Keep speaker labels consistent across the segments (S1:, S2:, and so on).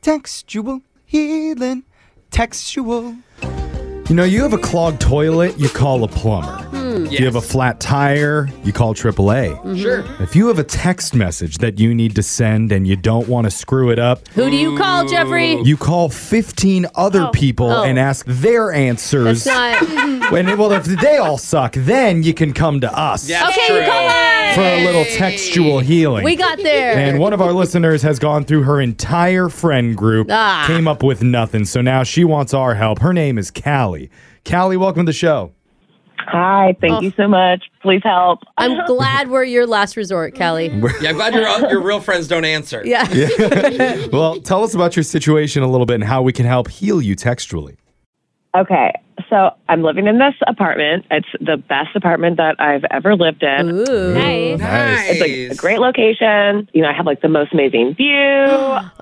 S1: Textual healing. Textual.
S2: You know, you have a clogged toilet, you call a plumber.
S3: Hmm.
S2: If you have a flat tire, you call AAA.
S3: Mm-hmm.
S4: Sure.
S2: If you have a text message that you need to send and you don't want to screw it up,
S3: Who do you call, Jeffrey?
S2: you call 15 other people
S3: Oh.
S2: and ask their
S3: That's
S2: answers.
S3: not.
S2: When, well, if they all suck, then you can come to us
S4: Yeah. That's
S3: okay,
S4: true.
S3: you call us.
S2: for a little textual healing.
S3: We got there.
S2: and one of our listeners has gone through her entire friend group,
S3: Ah.
S2: came up with nothing. So now she wants our help. Her name is Callie. Callie, welcome to the show.
S5: Hi, thank you so much. Please help.
S3: I'm glad we're your last resort, Callie.
S4: Yeah, I'm glad your your real friends don't answer.
S3: Yeah.
S2: Well, tell us about your situation a little bit and how we can help heal you textually.
S5: Okay, so I'm living in this apartment. It's the best apartment that I've ever lived in.
S3: Ooh.
S2: Nice.
S5: It's like a great
S4: Oh,
S5: location. You know, I have like the most amazing view.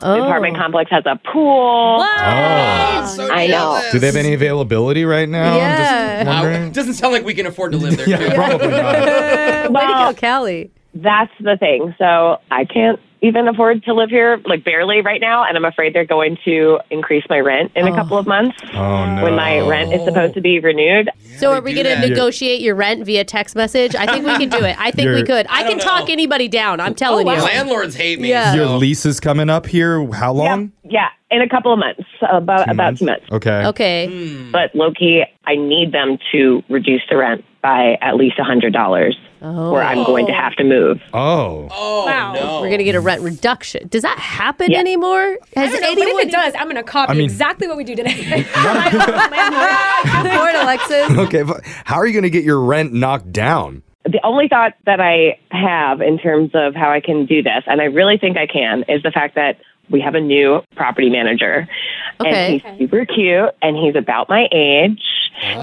S5: The apartment complex has a pool.
S2: Oh.
S4: So
S5: I know.
S4: jealous.
S2: Do they have any availability right now?
S3: Yeah.
S2: I'm just
S4: Wow,
S2: wondering.
S4: it doesn't sound like we can afford to live there.
S2: Yeah, probably not.
S3: Way to
S5: Well,
S3: go, Callie.
S5: that's the thing. So I can't even afford to live here, like barely right now. And I'm afraid they're going to increase my rent in a couple of months
S2: Oh, no.
S5: when my rent is supposed to be renewed.
S3: So are
S4: they
S3: we
S4: do
S3: going
S4: that.
S3: to negotiate your rent via text message? I think we can do it. I think we
S2: You're-
S3: could. I,
S4: I
S3: can
S4: don't
S3: talk
S4: know.
S3: anybody down.
S6: Oh,
S3: I'm telling
S5: wow.
S3: you.
S4: Landlords hate me.
S6: uh,
S3: Yeah.
S4: so-
S2: Your lease is coming up here. How long?
S5: Yeah, in a couple of months, about about two months.
S2: Okay.
S3: Okay.
S6: Mm.
S5: But low key, I need them to reduce the rent by at least a hundred dollars,
S3: Oh.
S5: or I'm going to have to move.
S2: Oh.
S4: Oh no.
S3: We're going to get a rent reduction. Does that happen
S5: Yeah.
S3: anymore? Has
S6: I don't know, but if
S3: anyone
S6: it does, I'm going to copy
S2: I mean-
S6: exactly what we do today. I'm like, "Oh, landlord."
S3: Lord, Alexis?
S2: Okay. but How are you going to get your rent knocked down?
S5: The only thought that I have in terms of how I can do this, and I really think I can, is the fact that we have a new property manager,
S3: Okay.
S5: and he's super cute, and he's about my age.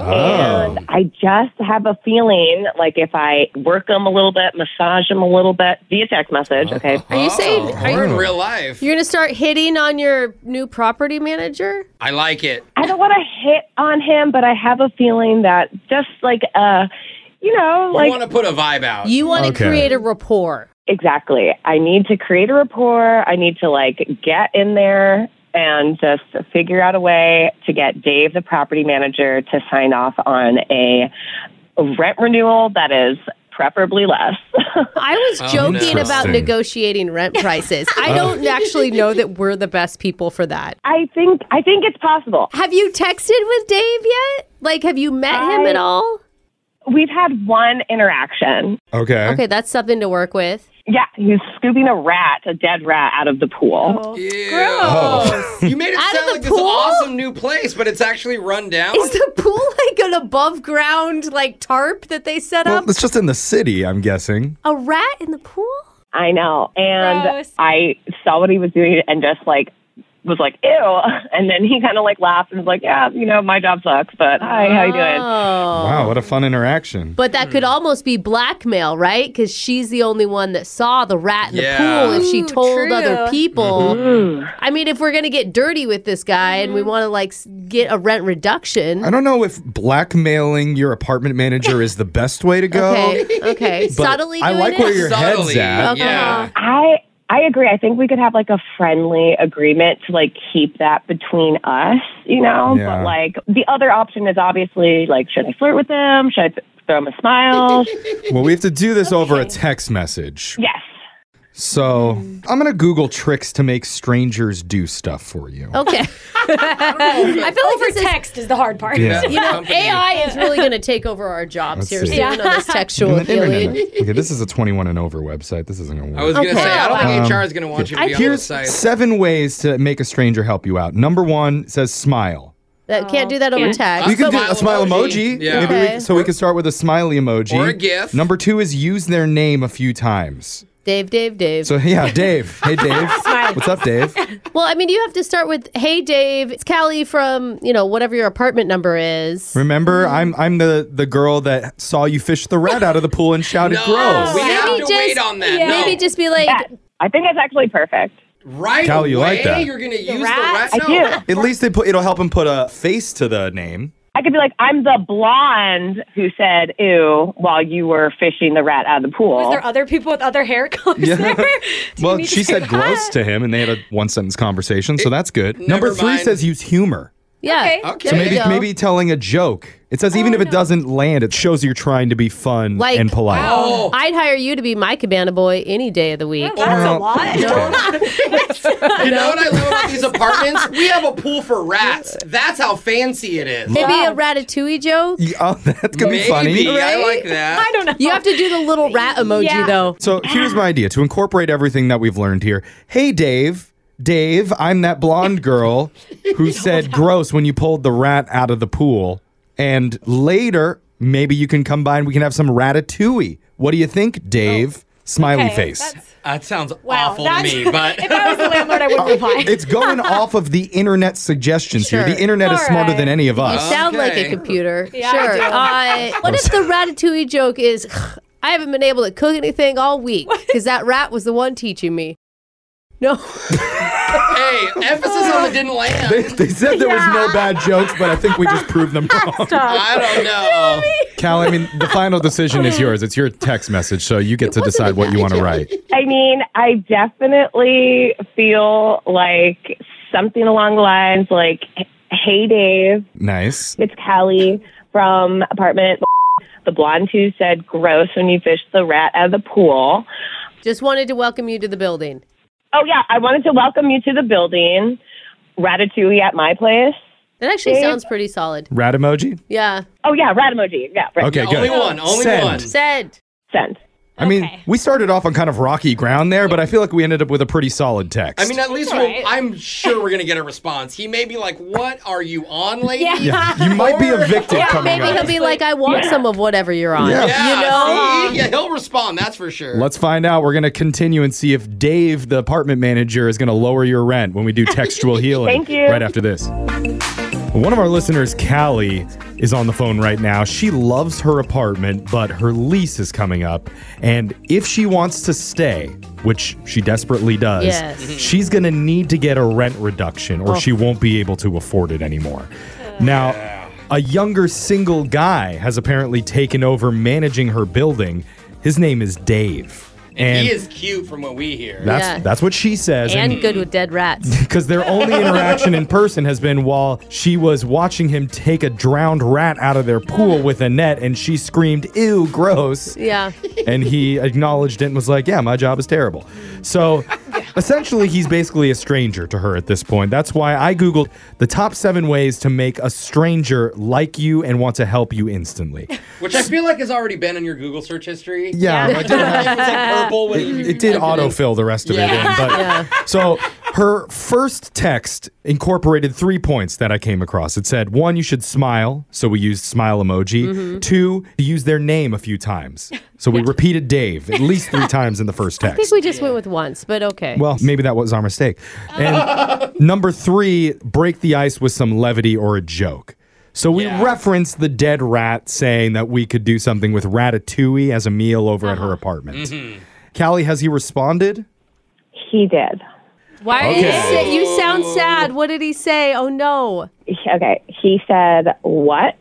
S5: And I just have a feeling like if I work him a little bit, massage him a little bit via text message, okay,
S3: Are you saying
S4: Oh, we're in real life.
S3: you're going to start hitting on your new property manager?
S4: I like it.
S5: I don't want to hit on him, but I have a feeling that just like uh, you
S4: I
S5: know, like
S4: want to put a vibe out.
S3: You want to
S2: Okay.
S3: create a rapport.
S5: exactly. I need to create a rapport. I need to like get in there and just figure out a way to get Dave, the property manager, to sign off on a rent renewal that is preferably less.
S3: I was
S4: Oh,
S3: joking
S4: no.
S3: about
S2: Interesting. Oh.
S3: negotiating rent prices. I don't actually know that we're the best people for that.
S5: I think I think it's possible.
S3: Have you texted with Dave yet? Like, have you met him
S5: I-
S3: at all?
S5: We've had one interaction.
S2: Okay.
S3: Okay, that's something to work with.
S5: Yeah, he's scooping a rat, a dead rat, out of the pool.
S4: Ew.
S2: Oh.
S4: You made it
S3: Out of
S4: sound
S3: the
S4: like this
S3: pool?
S4: awesome new place, but it's actually run down.
S3: Is the pool like an above ground like tarp that they set
S2: Well,
S3: up?
S2: it's just in the city, I'm guessing.
S3: A rat in the pool?
S5: I know. And
S6: Gross.
S5: I saw what he was doing and just like was like, ew. And then he kind of like laughed and was like, yeah, you know, my job sucks, but hi, how you doing?
S3: Oh.
S2: Wow, what a fun interaction.
S3: But that
S2: Hmm.
S3: could almost be blackmail, right? Because she's the only one that saw the rat in the
S4: Yeah.
S3: pool. If she
S6: Ooh,
S3: told
S6: true.
S3: other people,
S2: Mm-hmm.
S3: I mean, if we're gonna get dirty with this guy and
S6: Mm-hmm.
S3: we want to like s- get a rent reduction,
S2: I don't know if blackmailing your apartment manager is the best way to go.
S3: okay, okay,
S2: but
S3: subtly
S2: I
S3: doing
S2: like
S3: it.
S2: where your
S4: Subtly.
S2: head's at.
S4: Yeah.
S5: I I agree. I think we could have like a friendly agreement to like keep that between us, you know?
S2: Yeah.
S5: But like the other option is obviously like, should I flirt with him? Should I th- throw him a smile?
S2: Well, we have to do this over a text message.
S5: yes.
S2: So I'm going to Google tricks to make strangers do stuff for you.
S3: okay,
S6: I feel like over text is the hard part.
S2: Yeah.
S3: you know,
S4: Company.
S3: AI is really gonna take over our jobs
S2: Let's
S3: here
S2: see.
S3: soon on this textual
S2: And the internet.
S3: healing.
S2: Okay, this is a 21 and over website. This isn't going to
S4: I
S2: work.
S4: was gonna
S3: Okay.
S4: say I don't think
S2: Um,
S4: HR is gonna want you to be on the
S2: Here's
S4: site.
S2: seven ways to make a stranger help you out. Number one says smile.
S3: That can't do that over text.
S2: You can do
S4: Smile
S2: a smile
S4: emoji.
S2: emoji.
S4: Yeah.
S2: Maybe we-
S3: Okay.
S2: so we can start with a smiley emoji.
S4: Or a GIF.
S2: Number two is use their name a few times.
S3: Dave, Dave, Dave.
S2: So yeah, Dave. Hey Dave. What's up, Dave?
S3: well, I mean, you have to start with, "Hey, Dave, it's Callie from you know whatever your apartment number is."
S2: Remember,
S6: Mm-hmm.
S2: I'm I'm the the girl that saw you fish the rat out of the pool and shouted
S4: No,
S2: gross.
S4: we have to
S3: Maybe
S4: wait
S3: just-
S4: on that.
S6: yeah.
S4: No.
S3: Maybe just be like,
S5: Yes. I think it's actually perfect.
S4: right
S2: Cal,
S4: away.
S2: you like that?
S4: You're gonna use the rat.
S3: rat?
S5: I
S4: No.
S5: do.
S2: At least they put it'll help him put a face to the name.
S5: I could be like, I'm the blonde who said ew while you were fishing the rat out of the pool.
S6: Was there other people with other hair colors there? Do you
S2: well,
S6: need to
S2: she
S6: say
S2: said
S6: that?
S2: gross to him, and they had a one sentence conversation, so that's good. Number three
S4: mind.
S2: says use humor.
S3: Yeah.
S6: Okay.
S4: Okay.
S2: So
S3: There you
S2: maybe
S3: go.
S2: maybe telling a joke. It says
S6: Oh,
S2: even if it doesn't land, it shows you're trying to be fun
S3: Like-
S2: and polite.
S4: Oh.
S3: I'd hire you to be my cabana boy any day of the week.
S6: That's a lot.
S4: You know what I love about these apartments? We have a pool for rats. That's how fancy it is.
S3: Maybe a ratatouille joke.
S2: Yeah, Oh, that's gonna
S4: Maybe
S2: be funny.
S4: I like that.
S6: I don't know.
S3: You have to do the little rat emoji
S6: Yeah.
S3: though.
S2: So here's my idea to incorporate everything that we've learned here. Hey, Dave. Dave, I'm that blonde girl who said gross when you pulled the rat out of the pool. And later, maybe you can come by and we can have some ratatouille. What do you think, Dave? Smiley
S6: Oh, Okay,
S2: face.
S6: that's-
S4: That sounds
S6: Wow,
S4: awful to
S6: that's-
S4: me, but
S6: if I was the landlord, I would reply.
S2: It's going off of the internet suggestions
S3: Sure.
S2: here. The internet is
S6: All
S2: smarter
S6: right.
S2: than any of us.
S3: Sound like a
S4: Okay.
S3: computer.
S6: Yeah, I
S3: sure. Uh, what if the ratatouille joke is I haven't been able to cook anything all week because that rat was the one teaching me. No.
S4: hey, emphasis on the didn't
S2: They,
S4: land.
S2: they said there was no bad jokes, but I think we just proved them wrong.
S4: I don't know.
S2: Cal, I mean, the final decision is yours. It's your text message, so you get to decide what you want to write.
S5: I mean, I definitely feel like something along the lines like, hey, Dave,
S2: Nice.
S5: it's Callie from apartment. The blonde who said gross when you fished the rat out of the pool.
S3: Just wanted to welcome you to the building.
S5: Oh, yeah, I wanted to welcome you to the building. Ratatouille at my place.
S3: That actually sounds pretty solid.
S2: Rat emoji?
S3: Yeah.
S5: Oh, yeah, rat emoji. Yeah, right.
S2: Okay, good.
S4: Only one. Only
S2: Send.
S4: one.
S3: Said.
S5: Send.
S2: I mean,
S6: Okay.
S2: we started off on kind of rocky ground there, but I feel like we ended up with a pretty solid text.
S4: I mean, at least
S6: all
S4: we'll,
S6: right.
S4: I'm sure we're gonna get a response. He may be like, "What are you on, lady?"
S6: Yeah.
S2: yeah, you might be evicted coming
S3: Maybe
S2: up.
S3: he'll be like, I want some of whatever you're on.
S2: Yeah.
S4: Yeah,
S3: You know?
S4: see? yeah, he'll respond. That's for sure.
S2: Let's find out. We're going to continue and see if Dave, the apartment manager, is going to lower your rent when we do textual healing
S5: Thank you.
S2: right after this. One of our listeners, Callie, is on the phone right now. She loves her apartment, but her lease is coming up. And if she wants to stay, which she desperately does,
S3: Yes.
S2: Mm. she's going to need to get a rent reduction or she won't be able to afford it anymore. Now, a younger single guy has apparently taken over managing her building. His name is Dave. And
S4: he is cute from what we hear.
S2: that's
S3: Yeah.
S2: that's what she says.
S3: And good with dead rats.
S2: because their only interaction in person has been while she was watching him take a drowned rat out of their pool with a net and she screamed, ew, gross.
S3: Yeah.
S2: And he acknowledged it and was like, yeah, my job is terrible. So essentially, he's basically a stranger to her at this point. That's why I Googled the top seven ways to make a stranger like you and want to help you instantly.
S4: Which I feel like has already been in your Google search history.
S2: Yeah, I
S4: It was like purple when you-
S2: it did autofill the rest of it in.
S4: Yeah.
S2: But so her first text incorporated three points that I came across. It said one, you should smile, so we used smile emoji. Two, to use their name a few times, so we repeated Dave at least three times in the first
S3: I think
S2: text.
S3: we just went with once, but okay.
S2: Well, maybe that was our mistake. And number three, break the ice with some levity or a joke. So we
S4: Yeah.
S2: referenced the dead rat saying that we could do something with ratatouille as a meal over at her apartment. Callie, has he responded?
S5: He did.
S3: Why are you
S2: Okay.
S3: sa- you sound sad? What did he say? Oh no.
S5: Okay. He said, What?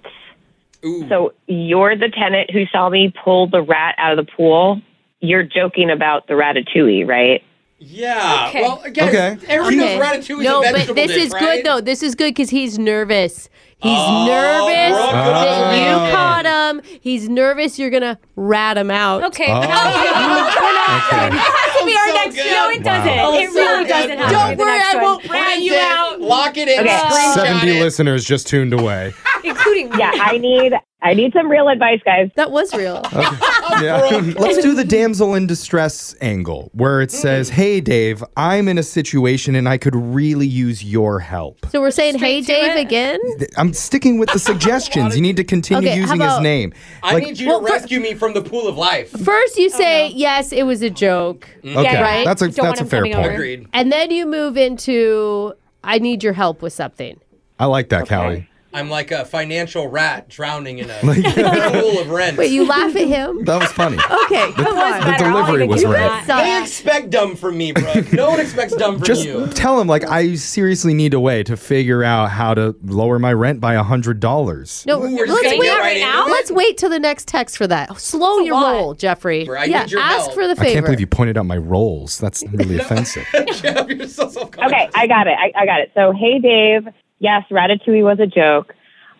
S4: Ooh.
S5: So you're the tenant who saw me pull the rat out of the pool? You're joking about the ratatouille, right?
S4: yeah.
S6: Okay.
S4: Well, again,
S2: Okay.
S4: everyone
S3: Okay.
S4: knows ratatouille is
S3: no,
S4: a vegetable
S3: but this
S4: dish,
S3: is
S4: right?
S3: good though. This is good because he's nervous. He's
S4: Oh,
S3: nervous
S4: Brooke,
S3: that
S4: good
S3: you
S4: one.
S3: caught him. He's nervous. You're gonna rat him out.
S6: Okay.
S2: Oh.
S6: No, we're not.
S2: Okay.
S6: It has to be our
S4: so
S6: next.
S4: good.
S6: No, it doesn't.
S3: Wow.
S6: It really
S4: so
S6: doesn't
S4: good.
S6: have to
S3: Don't
S6: be the
S3: worry,
S6: next
S3: I
S6: one.
S3: won't rat
S4: Print
S3: you
S4: it,
S3: out.
S4: Lock it in.
S5: Okay.
S4: screenshot
S2: 70
S4: it.
S2: listeners just tuned away.
S6: including me.
S5: Yeah, I need I need some real advice, guys.
S3: That was real.
S4: Uh,
S2: Let's do the damsel in distress angle where it says, Hey, Dave, I'm in a situation and I could really use your help.
S3: So we're saying, "Hey,
S6: to
S3: Dave,"
S6: it.
S3: again.
S4: Mm.
S2: I'm sticking with the suggestions. You need to continue
S3: Okay, how
S2: using his
S3: about-
S2: name.
S4: I
S2: Like-
S4: need you
S3: Well,
S4: to
S3: fir-
S4: rescue me from the pool of life.
S3: First,
S6: Oh,
S3: you say, "Yes, it was a joke,"
S4: Mm.
S2: okay,
S6: yeah.
S3: Right?
S2: that's a,
S6: Don't want
S2: that's a
S6: him
S2: fair
S6: coming
S2: point.
S6: over.
S4: Agreed.
S3: and then you move into, "I need your help with something."
S2: I like that, Callie.
S4: I'm like a financial rat drowning in a pool of rent.
S3: Wait, you laugh at him?
S2: That was funny.
S3: Okay, come on.
S2: The delivery was
S3: You
S2: right.
S3: guys suck.
S4: they expect dumb from me, bro. No one expects dumb from
S2: Just
S4: you.
S2: tell him like I seriously need a way to figure out how to lower my rent by a hundred dollars.
S3: No,
S4: Ooh, we're just
S3: let's
S4: gonna
S3: wait
S4: get right
S6: into it?
S3: Let's wait till the next text for that. Slow
S6: That's a
S3: your
S6: lot.
S3: roll, Jeffrey.
S4: Bro, I
S3: yeah,
S4: need your
S3: ask
S4: help.
S3: for the
S2: I
S3: favor.
S2: can't believe you pointed out my roles. That's really offensive.
S4: Jeff, you're so self-conscious.
S5: Okay, I got it. I, I got it. So, hey, Dave. Yes, Ratatouille was a joke.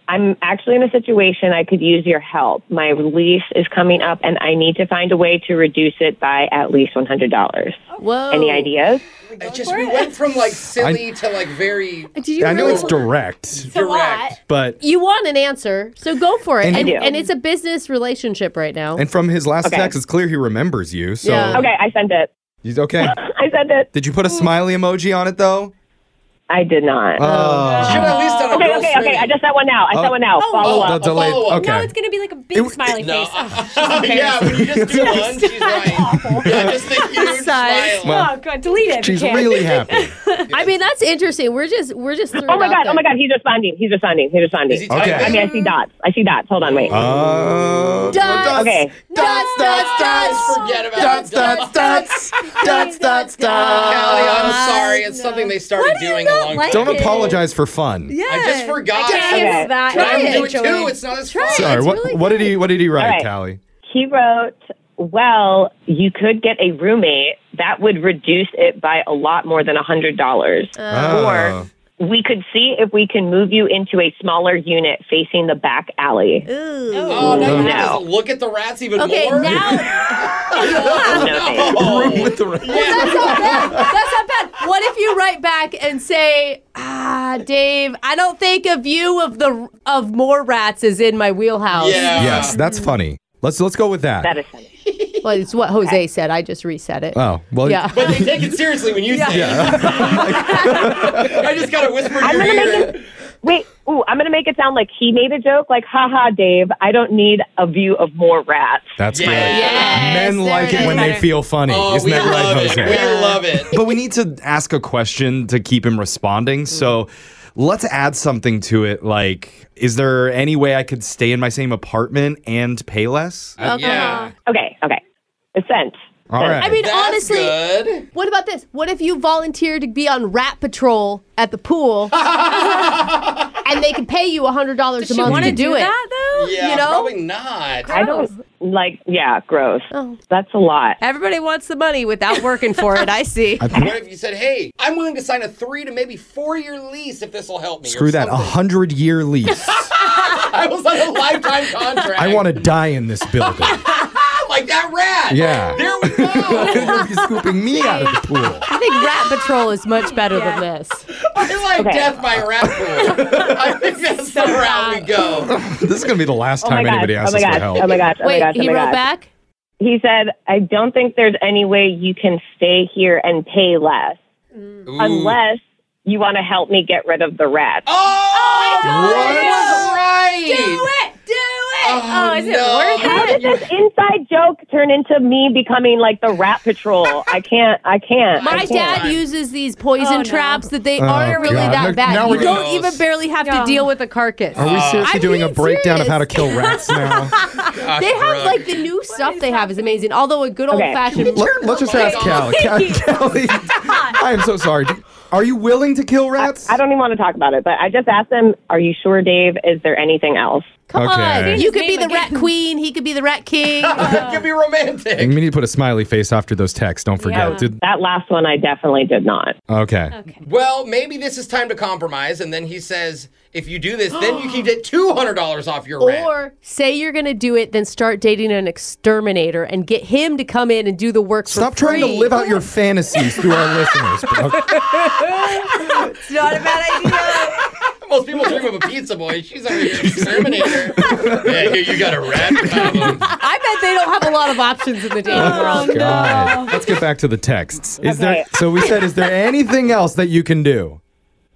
S5: I'm actually in a situation I could use your help. My lease is coming up, and I need to find a way to reduce it by at least $100.
S3: Whoa.
S5: Any ideas?
S4: It just we went from like silly to like very
S3: Did you
S2: I know
S3: really-
S2: it's direct,
S6: a lot.
S4: direct.
S2: but
S3: you want an answer, so go for it.
S2: And- I
S3: And,
S5: do.
S3: and it's a business relationship right now.
S2: and from his last
S5: Okay.
S2: text, it's clear he remembers you. So
S3: Yeah.
S5: Okay, I sent it.
S2: he's okay.
S5: I sent it.
S2: Did you put a smiley emoji on it though?
S5: I did not.
S2: Oh.
S4: Should at least on a
S5: okay,
S4: girl
S5: okay, okay.
S4: swimming.
S5: I just sent one out. I
S2: Oh.
S5: sent one out. Follow
S4: oh,
S5: up.
S2: the delayed.
S4: follow up.
S2: Okay.
S6: Now it's gonna be like a big
S2: It-
S6: smiley
S4: No.
S6: face.
S4: yeah, when you just do one, she's right. Yeah, just the huge
S3: Size.
S4: smile.
S2: Well,
S6: oh god, delete it. if you
S2: She's
S6: can.
S2: really happy.
S3: I mean, that's interesting. We're just we're just.
S5: Oh my god! Oh my god! He's responding. He's responding. He's responding.
S4: Is he Uh-huh.
S2: Okay.
S4: typing?
S5: I mean, I see dots. I see dots. Hold on, wait.
S2: Oh.
S3: Dots.
S5: Okay.
S3: Dots. Dots.
S4: Just
S3: Dots.
S4: forget about it.
S2: dots, dots, dots,
S4: Callie, I'm
S3: Dots.
S4: sorry. It's something they started
S3: do you
S4: doing a
S3: not
S4: long
S3: like
S4: time
S2: Don't
S4: ago.
S3: it?
S2: apologize for fun.
S4: I just forgot.
S6: Yes,
S5: Okay.
S6: that
S3: Try
S6: I'm
S4: I'm
S3: it.
S4: doing
S6: enjoying.
S4: two. It's not as fun.
S3: Try it.
S2: Sorry,
S3: It's
S2: what,
S3: really
S2: what did he what did he write,
S5: Alright.
S2: Callie?
S5: He wrote, "Well, you could get a roommate that would reduce it by a lot more than a hundred dollars,
S2: Oh.
S5: or we could see if we can move you into a smaller unit facing the back alley."
S4: Oh, now you
S5: No.
S4: just look at the rats even
S3: Okay,
S4: more.
S3: now
S5: No, thanks.
S2: Room with the rat.
S3: that's not bad. That's not bad. What if you write back and say, "Ah, Dave, I don't think a view of the of more rats is in my wheelhouse."
S4: Yeah.
S2: Oh, Yes,
S3: Mm.
S2: that's funny. Let's let's go with that.
S5: That is funny.
S3: Well, it's what Jose said. I just reset it.
S2: oh well.
S3: yeah.
S4: But they take it seriously when you say it. I just gotta whisper in
S5: I'm
S4: your
S5: gonna
S4: ear.
S5: make it. Wait, ooh, I'm gonna make it sound like he made a joke, like, haha, Dave, I don't need a view of more rats.
S2: That's
S4: Yeah.
S2: great.
S4: Yes,
S2: Men
S3: there
S2: like
S3: it
S2: it when
S3: is.
S2: they feel funny.
S4: Oh,
S2: Isn't
S4: we
S2: that right,
S4: love
S2: Jose?
S4: it. We love it.
S2: but we need to ask a question to keep him responding.
S3: Mm.
S2: So let's add something to it. Like, is there any way I could stay in my same apartment and pay less?
S4: Uh, Yeah.
S5: Okay, okay. It's sent.
S2: All right.
S3: I mean,
S4: That's
S3: honestly,
S4: good.
S3: what about this? What if you volunteer to be on rat patrol at the pool, and they can pay you hundred dollars a
S6: She
S3: month
S6: want
S3: to
S6: to
S3: do, it?
S6: that though?
S4: Yeah,
S3: you know?
S4: probably not.
S5: I
S6: Oh.
S5: don't like, yeah, gross.
S3: Oh.
S5: That's a lot.
S3: Everybody wants the money without working for it. I see.
S4: What if you said, "Hey, I'm willing to sign a three to maybe four year lease if this will help me"? or
S2: Screw that. A
S4: something.
S2: hundred year lease.
S4: I was on a lifetime contract.
S2: I want to die in this building.
S4: like that rat.
S2: Yeah.
S4: There we go.
S2: You're scooping me out of the pool.
S3: I think rat patrol is much better than this.
S2: Oh
S4: I like
S5: Okay.
S4: death by rat pool. I think that's the route we go.
S2: This is gonna be the last
S5: Oh my
S2: time
S5: gosh.
S2: anybody
S5: Oh
S2: asks
S5: my
S2: us for
S5: gosh.
S2: help.
S5: Oh my gosh. Oh my
S3: Wait,
S5: gosh. Oh
S3: he
S5: my
S3: wrote
S5: gosh.
S3: back.
S5: He said, I don't think there's any way you can stay here and pay less
S2: Mm.
S5: unless you want to help me get rid of the rats.
S4: Oh,
S2: What?
S4: He was right.
S6: Do it! Do it!
S4: Oh,
S6: Oh, is it
S4: no.
S5: How
S6: worth it?
S5: did this inside joke turn into me becoming like the rat patrol? I can't. I can't. I
S3: My
S5: can't.
S3: dad uses these poison
S6: Oh, no.
S3: traps that they
S2: Oh,
S3: aren't really
S2: God.
S3: that
S2: Now-
S3: bad.
S2: now
S3: you
S2: we're
S3: don't
S4: gross.
S3: even barely have
S6: Yeah.
S3: to deal with a carcass.
S2: Are
S4: Uh,
S2: we seriously
S3: I'm
S2: doing a
S3: being
S2: breakdown of how to kill
S3: serious.
S2: rats now?
S4: Gosh,
S3: They have
S4: Brooke.
S3: like the new stuff they have is amazing. Although a good old
S5: Okay.
S3: fashioned
S2: Let, us just ask Callie. Callie, I am so sorry. Are you willing to kill rats?
S5: I don't even want to talk about it, but I just asked him, Are you sure, Dave? Is there anything else?
S3: Come
S2: Okay.
S3: on, you could be the
S6: Name
S3: rat
S6: again.
S3: queen. He could be the rat king.
S4: it could be romantic.
S2: We need to put a smiley face after those texts. Don't forget.
S6: Yeah.
S2: Did-
S5: That last one I definitely did not.
S2: okay.
S4: Well, maybe this is time to compromise. And then he says, if you do this, then you can get $200 off your rent.
S3: Or say you're gonna do it, then start dating an exterminator and get him to come in and do the work.
S2: Stop
S3: for
S2: trying to
S3: free.
S2: live out your fantasies through our listeners. bro.
S6: It's not a bad idea.
S4: Most people dream of a pizza boy. She's like an exterminator. yeah, here you got a rat problem.
S3: I bet they don't have a lot of options in the dating
S4: Oh,
S3: world.
S2: Oh, God. Let's get back to the texts. Is there?
S5: Oh, Okay.
S2: So we said, is there anything else that you can do?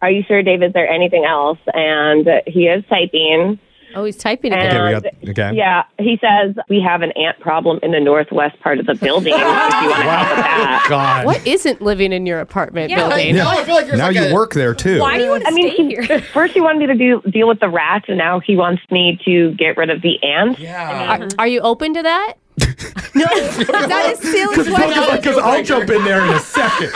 S5: Are you sure, Dave? Is there anything else? And he is typing.
S3: Oh, he's typing again.
S5: And
S2: Okay, we got- okay.
S5: yeah, he says we have an ant problem in the northwest part of the building. if you want to help with that,
S2: God.
S3: What isn't living in your apartment
S6: Yeah,
S3: building?
S4: No, I feel like there's
S2: Now
S4: like
S2: you
S4: a-
S2: work there too.
S6: Why do you want to
S5: I mean,
S6: stay
S5: he-
S6: here?
S5: first he wanted me to do, deal with the rats, and now he wants me to get rid of the ants.
S4: Yeah.
S3: Are, are you open to that? no, is that a silly
S2: Because
S3: question?
S2: I'll jump in there in a second.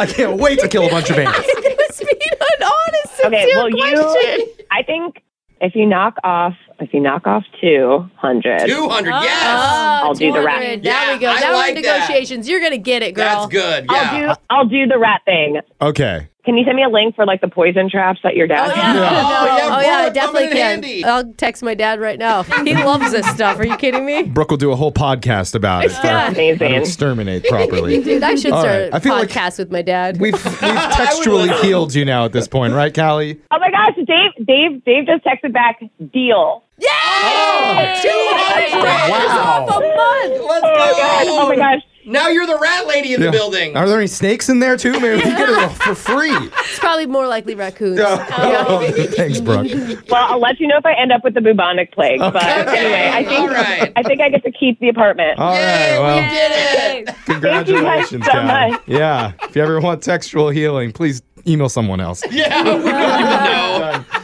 S2: I can't wait to kill a bunch of ants.
S3: It was being an honest,
S5: Okay,
S3: sincere
S5: well,
S3: question.
S5: you, I think if you knock off, if you knock off two hundred,
S4: 200. Yes.
S5: I'll do the
S3: 200.
S5: rat.
S3: Oh, There
S4: Yeah,
S3: we go.
S4: I
S3: That was
S4: like that.
S3: negotiations. You're gonna get it, girl.
S4: That's good. Yeah.
S5: I'll do, I'll do the rat thing.
S2: Okay.
S5: Can you send me a link for like the poison traps at your desk?
S4: Oh, yeah,
S3: Oh yeah, I
S4: bullet coming
S3: definitely
S4: in
S3: can.
S4: handy.
S3: I'll text my dad right now. He loves this stuff. Are you kidding me?
S2: Brooke will do a whole podcast about it. How to- how to
S5: Amazing.
S2: exterminate properly.
S3: Dude, I should
S2: All
S3: start
S2: right.
S3: a
S2: I feel like-
S3: podcast with my dad.
S2: We've, we've textually healed you now at this point, right, Callie?
S5: Oh my gosh, Dave, Dave, Dave just texted back. Deal.
S3: Off a month.
S4: Let's
S5: Oh my gosh.
S4: go.
S5: Oh my gosh.
S4: Now you're the rat lady in the building.
S2: Are there any snakes in there too? Maybe we can get it all for free.
S3: It's probably more likely raccoons.
S2: Thanks, Brooke.
S5: Well, I'll let you know if I end up with the bubonic plague. But anyway, I
S4: All
S5: think
S4: right.
S5: I think I get to keep the apartment.
S2: All right. Well,
S6: Yay.
S2: congratulations,
S5: Thank you guys so
S2: Callie.
S5: much.
S2: Yeah. If you ever want textual healing, please email someone else.
S4: Yeah. We don't even know.